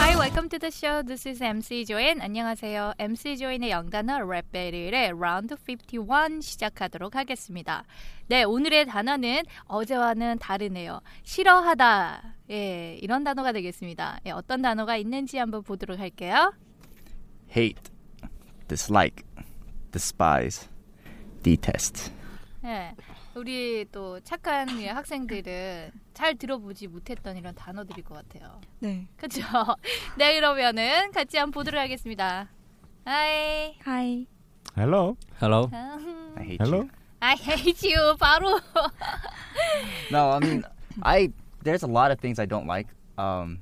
Hi, welcome to the show. This is MC 조인. 안녕하세요. MC 조인의 영단어 랩 배틀의 라운드 51 시작하도록 하겠습니다. 네, 오늘의 단어는 어제와는 다르네요. 싫어하다. 예, 이런 단어가 되겠습니다. 예, 어떤 단어가 있는지 한번 보도록 할게요. hate, dislike, despise, detest. 예, 우리 또 착한 예, 학생들은 잘 들어보지 못했던 이런 단어들일 것 같아요. 네. 그렇죠? 네, 그러면은 같이 한번 보도록 하겠습니다. Hi. 하이. Hello. Hello. 음. I hate Hello. you. I hate you 바로 No, I mean, I there's a lot of things I don't like. Um,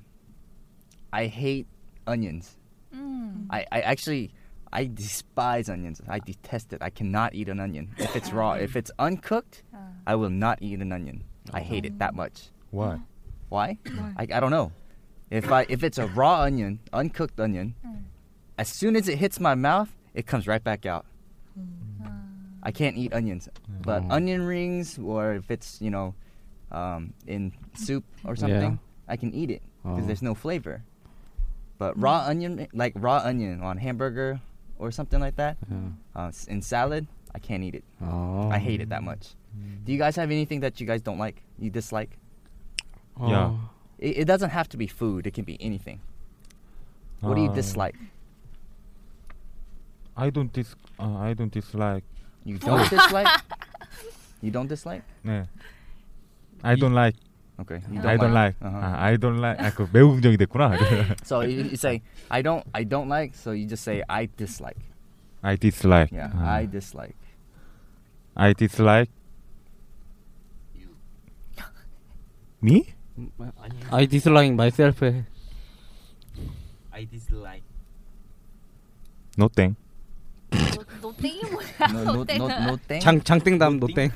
I hate onions. 음. I, I actually I despise onions. I detest it. I cannot eat an onion if it's raw. if it's uncooked, I will not eat an onion. I hate it that much. Why? Why? I, I don't know. If I if it's a raw onion, uncooked onion, as soon as it hits my mouth, it comes right back out. I can't eat onions, but Mm. onion rings or if it's you know um, in soup or something, I can eat it because Oh. there's no flavor. But raw onion, like raw onion on hamburger or something like that, Yeah. uh, s- in salad, I can't eat it. 아, Oh. Mm. I hate it that much. Do you guys have anything that you guys don't like? You dislike? Yeah. It, it doesn't have to be food. It can be anything. What do you Uh, dislike? I don't dis. Uh, I don't dislike. You don't dislike. You don't dislike. 네. I don't like. Okay. You I don't like. Uh-huh. 아, I don't like. 아, 그 매우 긍정이 됐구나. So you, you say I don't. I don't like. So you just say I dislike. I dislike. Yeah. 아, I dislike. I dislike. Me? I dislike myself. I dislike. No thank. 너 땡이 뭐야 No. No. No. No. Thank. 장 장땡담 노땡.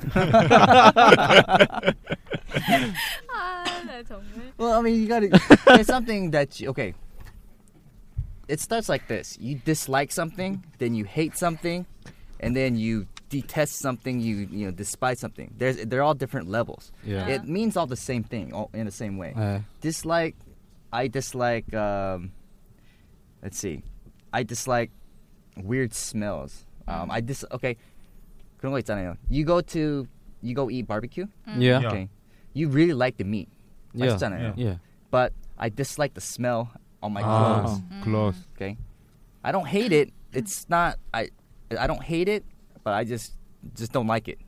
아나 정말 Well, I mean, you gotta. it's something that you. Okay. It starts like this. You dislike something, then you hate something, and then you detest something. You you know despise something. There's they're all different levels. Yeah. It means all the same thing, all in the same way. 네. dislike i dislike um let's see i dislike weird smells um i dis okay 그런 거 있잖아요 you go to you go eat barbecue Yeah. Yeah. okay you really like the meat Yeah. 아, 맛있잖아요. Yeah. but i dislike the smell on my Ah. 아, clothes close. Oh. okay i don't hate it it's not i i don't hate it but i just just don't like it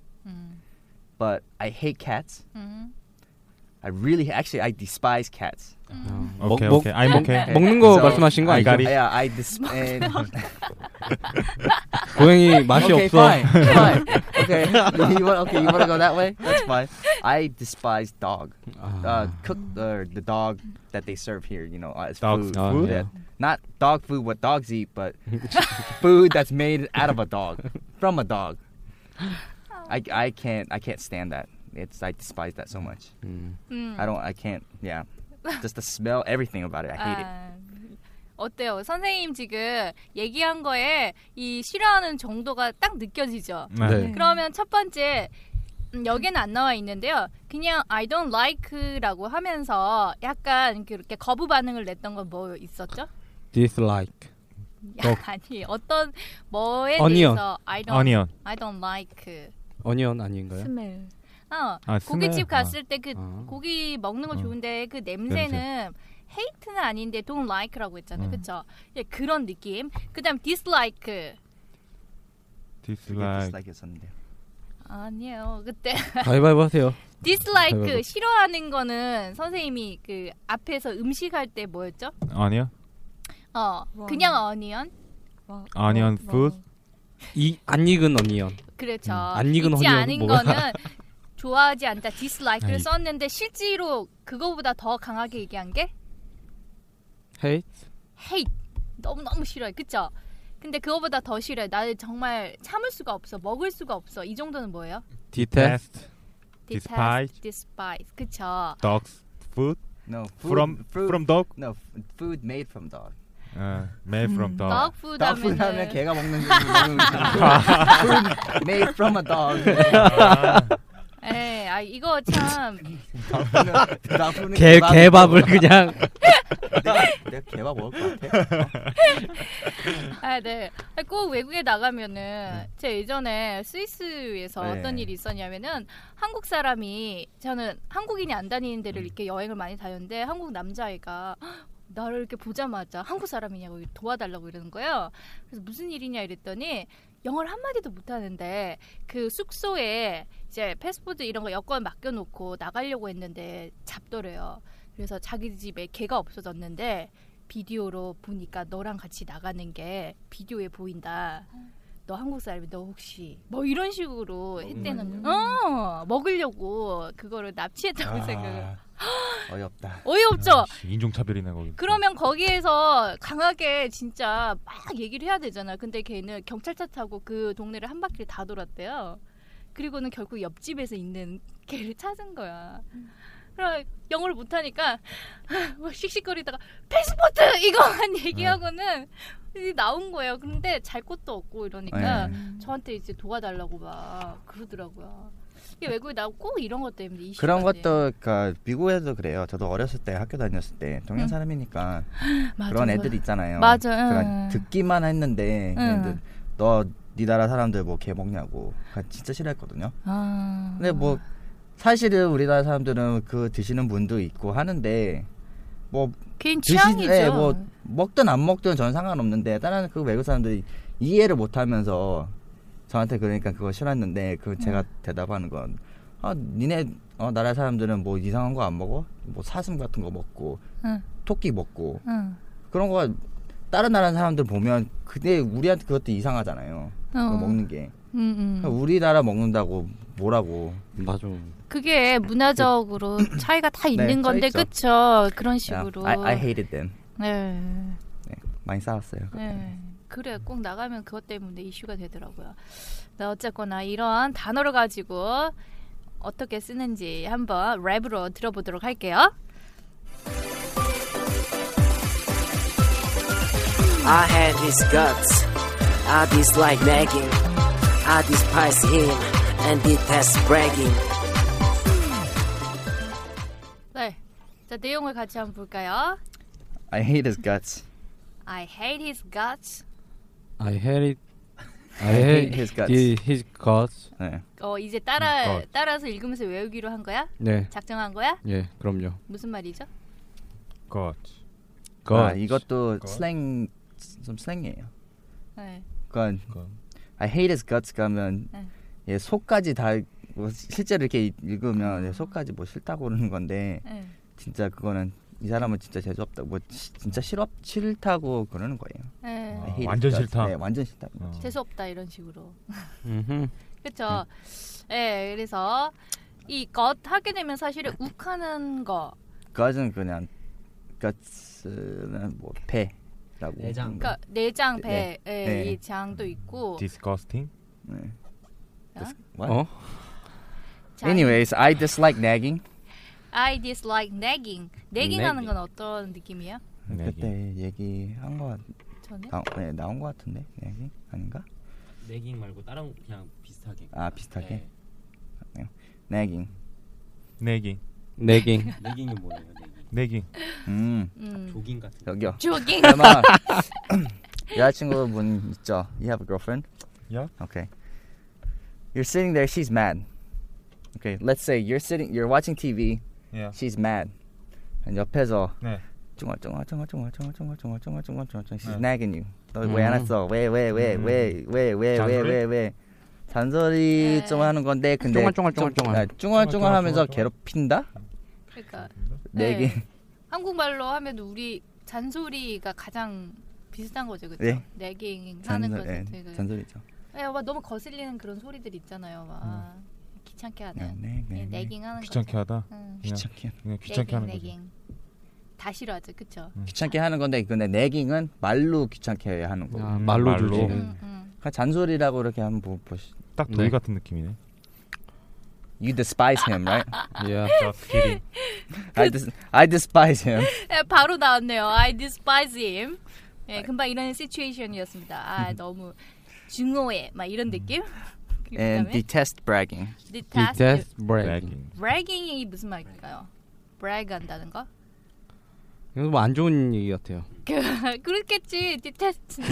but i hate cats 음. i really actually i despise cats Okay. 아. 먹- okay. I'm okay. 먹는 거 말씀하신 거 I- 아니죠? Yeah, I despise. 고양이 맛이 okay, 없어. fine, fine. Okay, you want, okay, you want to go that way? That's fine. I despise dog. Ah. Uh, cook the the dog that they serve here. You know, uh, as Dog food. food? Oh, yeah. Not dog food what dogs eat, but food that's made out of a dog, from a dog. I, I can't I can't stand that. It's I despise that so much. 음. 음. I don't I can't yeah. Just the smell, everything about it. I hate it. 아, 어때요 선생님 지금 얘기한 거에 이 싫어하는 정도가 딱 느껴지죠 음. 네. 그러면 첫 번째 음, 여기는 안 나와 있는데요 그냥 I don't like라고 하면서 약간 그렇게 거부 반응을 냈던 건 뭐 있었죠? Dislike. 어. 아니 어떤 뭐에 Onion. 대해서 I don't Onion. I don't like 어니언 아닌가요? 스멜. 어 아, 고깃집 음. 스멜? 아. 갔을 때 그 아. 고기 먹는 건 어. 좋은데 그 냄새는 hate는 아닌데 don't like라고 했잖아요. 음. 그렇죠? 예, 그런 느낌. 그다음 dislike. dislike disliked였었는데. 아니에요. 그때 가위바위보 하세요. dislike 아이고. 싫어하는 거는 선생님이 그 앞에서 음식 할 때 뭐였죠? 아니야 어. 와. 그냥 어니언. onion food 이 안 익은 언니언. 그렇죠. 음, 안 익은 익지 허니언은 않은 뭐야? 거는 좋아하지 않다 디스라이크를 아이. 썼는데 실제로 그거보다 더 강하게 얘기한 게 헤이. 헤이 너무 너무 싫어해 그쵸? 근데 그거보다 더 싫어해 나 정말 참을 수가 없어 먹을 수가 없어 이 정도는 뭐예요? test Detest, despise 그쵸? dogs food No, food, from food, from dog no f- food made from dog. 어, made from dog dog food Dog food 하면 하면은 개가 먹는 거 food made from a dog. 에, 아 이거 참 dog food는 개 개밥. 개밥을 그냥 내가 개밥 먹을 것 같아. 아, 네. 아, 꼭 외국에 나가면은 제가 예전에 스위스에서 네. 어떤 일이 있었냐면은 한국 사람이 저는 한국인이 안 다니는 데를 이렇게 여행을 많이 다녔는데 한국 남자애가 "헉, 나를 이렇게 보자마자 한국 사람이냐고 도와달라고 이러는 거예요. 그래서 무슨 일이냐 이랬더니 영어를 한마디도 못하는데 그 숙소에 이제 패스포드 이런 거 여권 맡겨놓고 나가려고 했는데 잡더래요. 그래서 자기 집에 개가 없어졌는데 비디오로 보니까 너랑 같이 나가는 게 비디오에 보인다. 너 한국 사람이 너 혹시 뭐 이런 식으로 했대는 거. 어 먹으려고 그거를 납치했다고 생각을. 어이없다. 어이없죠. 아이씨, 인종차별이네 거기 그러면 거기에서 강하게 진짜 막 얘기를 해야 되잖아. 근데 걔는 경찰차 타고 그 동네를 한 바퀴를 다 돌았대요. 그리고는 결국 옆집에서 있는 걔를 찾은 거야. 그래 영어를 못하니까 막 씩씩거리다가 패스포트 이거만 얘기하고는 이제 나온 거예요. 근데 잘 곳도 없고 이러니까 네. 저한테 이제 도와달라고 막 그러더라고요. 이게 외국에 나고 꼭 이런 것 때문에 이슈가 그런 돼. 것도 그러니까 미국에도 그래요. 저도 어렸을 때 학교 다녔을 때 응. 동양 사람이니까 맞아, 그런 맞아. 애들 있잖아요. 맞아, 응. 그러니까 듣기만 했는데 응. 걔네들 너 네 나라 사람들 뭐 개 먹냐고 그러니까 진짜 싫어했거든요. 아. 근데 뭐 사실은 우리나라 사람들은 그 드시는 분도 있고 하는데 뭐 개인 드시 취향이죠. 예, 뭐 먹든 안 먹든 전 상관없는데 다른 그 외국 사람들이 이해를 못 하면서 저한테 그러니까 그거 싫었는데 음. 그 제가 대답하는 건 아, 니네 어, 나라 사람들은 뭐 이상한 거 안 먹어? 뭐 사슴 같은 거 먹고 응. 토끼 먹고 응. 그런 거 다른 나라 사람들 보면 근데 우리한테 그것도 이상하잖아요. 그거 어. 먹는 게 그러니까 음, 음. 우리나라 먹는다고 뭐라고 음. 맞아. 그게 문화적으로 차이가 다 있는 네, 건데 차이죠. 그쵸 그런 야, 식으로 I, I hated them. 네. 많이 싸웠어요. 네. 그래 꼭 나가면 그것 때문에 이슈가 되더라고요. 나 어쨌거나 이런 단어를 가지고 어떻게 쓰는지 한번 랩으로 들어보도록 할게요. I had his guts. I dislike nagging. I despise him and detest bragging. 네. 자 내용을 같이 한번 볼까요? I hate his guts. I hate his guts. I hate it. I I hate hate his guts. i- his guts. 네. 어 이제 따라 Guts. 따라서 읽으면서 외우기로 한 거야? 네. 작정한 거야? 예, 그럼요. 무슨 말이죠? 것 아, guts. 이것도 guts. 슬랭 좀 슬랭이에요. 네. 그러니까 I hate his guts 가면 네. 얘 속까지 다뭐 실제로 이렇게 읽으면 얘 속까지 뭐 싫다고 그러는 건데 네. 진짜 그거는 이 사람은 진짜 재수 없다. 뭐 시- 진짜 싫어 싫다고 그러는 거예요. 네. 아, I hate his 완전 guts. 싫다. 네, 완전 싫다. 어. 재수 없다 이런 식으로. 음흠. 그렇죠. 음. 예, 그래서 이 것 하게 되면 사실은 네. 욱하는 거. guts은 그냥 guts는 뭐 배라고. 내장. 그러니까 내장 배, 예, 음. 네. 이 장도 있고. disgusting 네. 어? What? 어? 장. Anyways, I dislike nagging. I dislike nagging. nagging하는 nagging. 건 어떤 느낌이에요? 그때 얘기한 거 저는 나, 네, 나온 거 같은데 얘기 아닌가? 내깅 말고 다른 거 그냥 비슷하게. 아, 비슷하게? 네. nagging. 내깅 내깅. 내깅이 뭐예요? 내깅. 내깅 음 음. 조깅 같은 거. 여기요. 조깅. 아마 여자친구분 있죠? You have a girlfriend? Yeah. Okay. You're sitting there. She's mad. Okay. Let's say you're sitting. You're watching TV. Yeah. She's mad. And 옆에서 예. 네. 정말 정말 정말 정말 정말 정말 정말 정말 정말 정말 정말 she's 네. nagging you. 너 왜 안 음. 했어? 왜 왜 왜 왜 왜 왜 왜 왜 잔소리? 왜 잔소리 네. 좀 하는 건데 근데 쫑알쫑알쫑알쫑알. 쫑알쫑알 하면서 쫑알쫑알쫑알. 괴롭힌다? 그러니까 네. 내게 한국말로 하면 우리 잔소리가 가장 비슷한 거죠, 그렇죠? 네. 내깅 하는 잔소, 거죠. 예, 되게. 잔소리죠. 예, 막 너무 거슬리는 그런 소리들 있잖아요. 막 귀찮게 하는. 음. 네, 예, 네, 네. 내깅 하는 귀찮게 하다. 거죠. 음. 응. 그냥 귀찮게 그냥 귀찮게 하는 음. 거지. 내깅. 다 싫어하죠, 그렇죠? 귀찮게 하는 건데 근데 내깅은 말로 귀찮게 하는 거. 아, 요 음, 말로 말로. 주지. 응, 응. 그러니까 잔소리라고 이렇게 한번 보- 보시. 딱 네. 도희 같은 느낌이네. You despise him, right? Yeah. Just kidding. I, dis- I despise him. 예, 바로 나왔네요. I despise him. 예, 금방 이런 시츄에이션이었습니다. 아, 음. 너무 증오해, 막 이런 느낌. 그리고 And 그다음에 detest bragging. detest Detest bragging. Begging. bragging이 무슨 말일까요? brag 한다는 거? 이거 뭐안 좋은 얘기 같아요. 그- 그렇겠지. detest.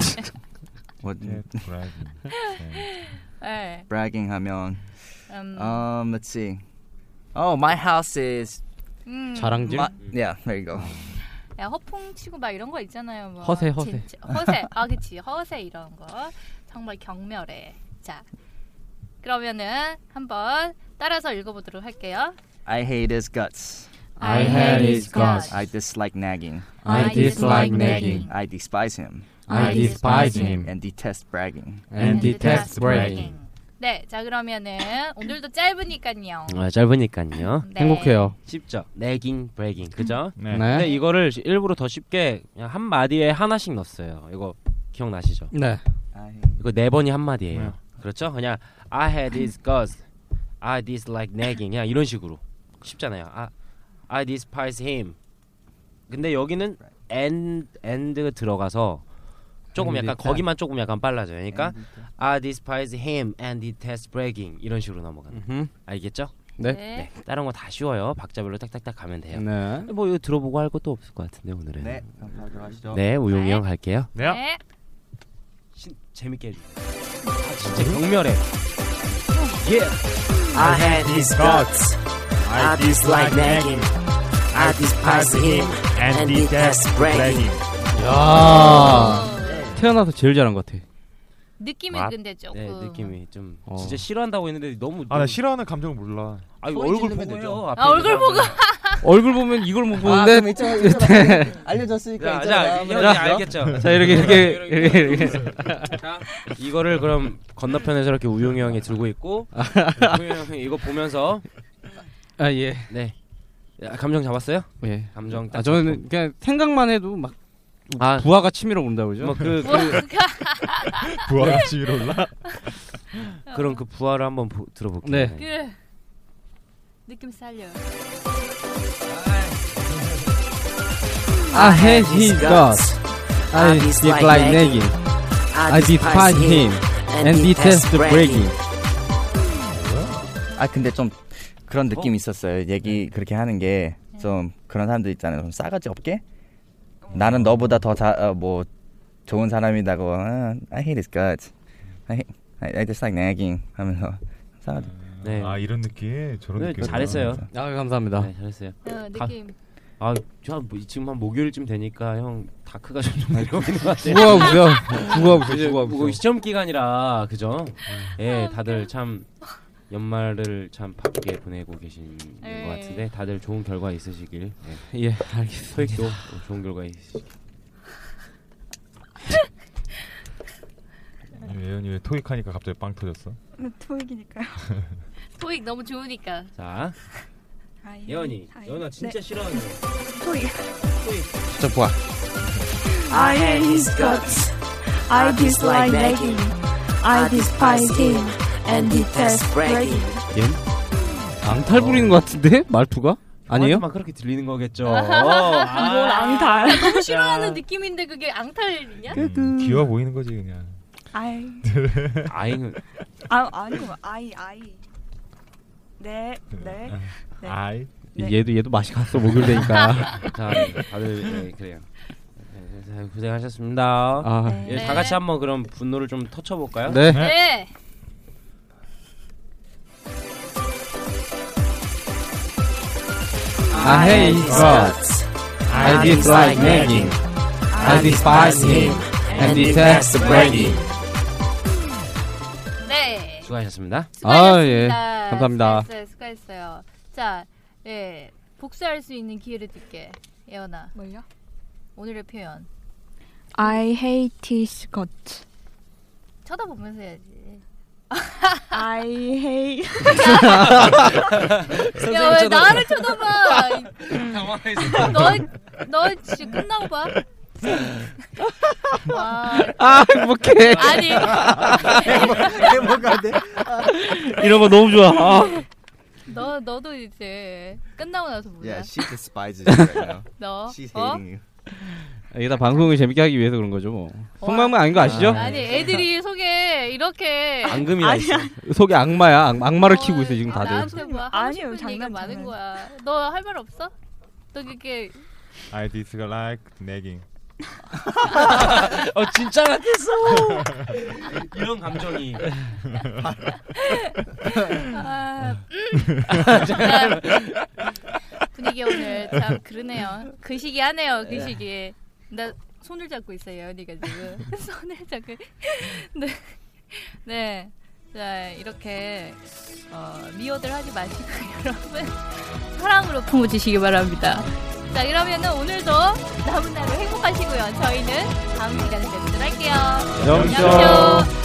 What Just bragging. 네. 예. bragging 하면 음, 아, um let's see. Oh, my house is 음. 자랑질. my, yeah, there you go. 야, 허풍치고 막 이런 거 있잖아요. 뭐. 허세, 허세. 진짜- 허세. 아, 그치. 허세 이런 거. 정말 경멸해. 자, 그러면은 한번 따라서 읽어보도록 할게요. I hate his guts. I hate his guts. I dislike nagging. I dislike nagging. I despise him I despise him and detest bragging. and detest bragging. 네, 자 그러면은 오늘도 짧으니까요. 아, 짧으니까요. 네. 행복해요. 쉽죠. 내깅, 브레깅, 그죠? 네. 근데 네. 이거를 일부러 더 쉽게 그냥 한 마디에 하나씩 넣었어요. 이거 기억나시죠? 네. I 이거 네 번이 한 마디예요. 그렇죠? 그냥 I had his guts, I dislike nagging, 그냥 이런 식으로 쉽잖아요. I, I despise him. 근데 여기는 and and 들어가서 조금 And 약간 detest. 거기만 조금 약간 빨라져요. 그러니까 I despise him and detest bragging 이런 식으로 넘어가는. 거예요. 음. 알겠죠? 네. 네. 다른 거 다 쉬워요. 박자별로 딱딱딱 가면 돼요. 네. 뭐 이거 들어보고 할 것도 없을 것 같은데 오늘은. 네, 그럼 바로 들어가시죠. 네, 우용이 네. 형 할게요. 네. 네. 신, 재밌게 해주세요. 아, 진짜 경멸해. I had his guts. I dislike nagging. I despise him and detest bragging. 야. 태어나서 제일 잘한 것 같아. 느낌이 와. 근데 조금. 네, 느낌이 좀 어. 진짜 싫어한다고 했는데 너무 아, 나 싫어하는 감정 몰라. 아유, 소리 얼굴 지르면 보고 되죠. 해요. 앞에 아, 얼굴 있는 그 사람들. 얼굴 보면 뭐 이걸 못 아, 보는데. 그럼 있잖아, 있잖아. 알려줬으니까 자, 있잖아. 자, 다음으로 형이 가시죠. 알겠죠. 자 이렇게 이렇게 이렇게 이렇게. 네. 자, 이거를 그럼 건너편에서 이렇게 우용이 형이 들고 있고 네, 우용이 형이 이거 보면서 아 예. 네. 야, 감정 잡았어요? 예. 감정 딱 아 저는 그냥 생각만 해도 막 아, 부하가 치밀어 온다 그죠? 뭐그 뭐, 부하가 위로 올라. 그럼 그 부하를 한번 보, 들어볼게요. 네. 그 느낌 살려. 어, I hate his guts. I dislike nagging. I despise him and detest bragging. 아 근데 좀 그런 느낌 이 있었어요. 얘기 그렇게 하는 게 좀 그런 사람들 있잖아요. 좀 싸가지 없게. 나는 너보다 더뭐 좋은 사람이다고. 아, I hate his guts. I hate, I, I dislike nagging 하면서 싸가지. 네. 아, 이런 느낌. 저런 네, 느낌. 잘했어요. 아 감사합니다. 네, 잘했어요. 어, 느낌. 아, 저 뭐, 지금 한 목요일쯤 되니까 형 다크가 좀 내려오는 것 같아요. 죽어가 보세요. 죽어가 보세요. 네. 이제 죽어가 뭐 보세요. 시험 기간이라 그죠? 예, 다들 참 연말을 참 바쁘게 보내고 계신 예. 것 같은데 다들 좋은 결과 있으시길. 예. 예 알겠습니다. 토익도 좋은 결과 있으시길. 예연이 왜 토익하니까 갑자기 빵 터졌어? 토익이니까요. 토익 너무 좋으니까. 자, 예언이, 예언아 진짜 싫어하는 거. 토익. 진짜 보아. I hate his guts. I dislike nagging. I despise him and detest bragging. 앙탈 부리는 것 같은데 말투가 아니에요? 막 그렇게 들리는 거겠죠. 뭘 앙탈. 너무 그 싫어하는 느낌인데 그게 앙탈이냐? 음, 귀여워 보이는 거지 그냥. I. 아잉은 아 아니요. I I. 네 네. 네. 아이. 네. 얘도 얘도 맛이 갔어 목요일 되니까. 자, 다들 네, 그래요. 네, 고생하셨습니다. 아 예, 다 같이 한번 그럼 분노를 좀 터쳐 볼까요? 네. 네. I hate his guts. I dislike nagging. I despise him and detest bragging. 네. 수고하셨습니다. 아, 예. 네, 감사합니다. 수고했어요. 수고했어요. 자, 예. 복수할 수 있는 기회를 줄게. 예원아. 뭘요? 오늘의 표현. I hate his guts. 쳐다보면서 해야지. I hate. 야, 왜 나를 쳐다봐? 당황했어. 너, 너 지금 끝나고 봐. 와. 아, 행복해. 아니. 행복하대. 이런 거 너무 좋아. 아. 너 너도 이제 끝나고 나서 몰라. Yeah, she despises you right now. 너 She's 어? hating you. 이게 다 방송을 재밌게 하기 위해서 그런 거죠, 뭐. 속마음은 아닌 거 아시죠? 아니 애들이 속에 이렇게 있어. 속에 악마야. 악, 악마를 키우고 있어, 아, 지금 다들. 나한테 뭐 하고 싶은 얘기가 많은 거야. 너 할 말 없어? 너 그게 I dislike nagging. 어 진짜 같았어. 이런 감정이. 아, 음. 아, 분위기 오늘 참 그러네요. 그 시기 하네요. 그 예. 시기. 나 손을 잡고 있어요. 언니가 지금 손을 잡고. 네. 네. 자 이렇게 어, 미워들 하지 마시고 여러분 사랑으로 품어주시기 바랍니다. 자 그러면은 오늘도 남은 하루 행복하시고요. 저희는 다음 시간에 뵙도록 할게요. 영쇼. 영쇼.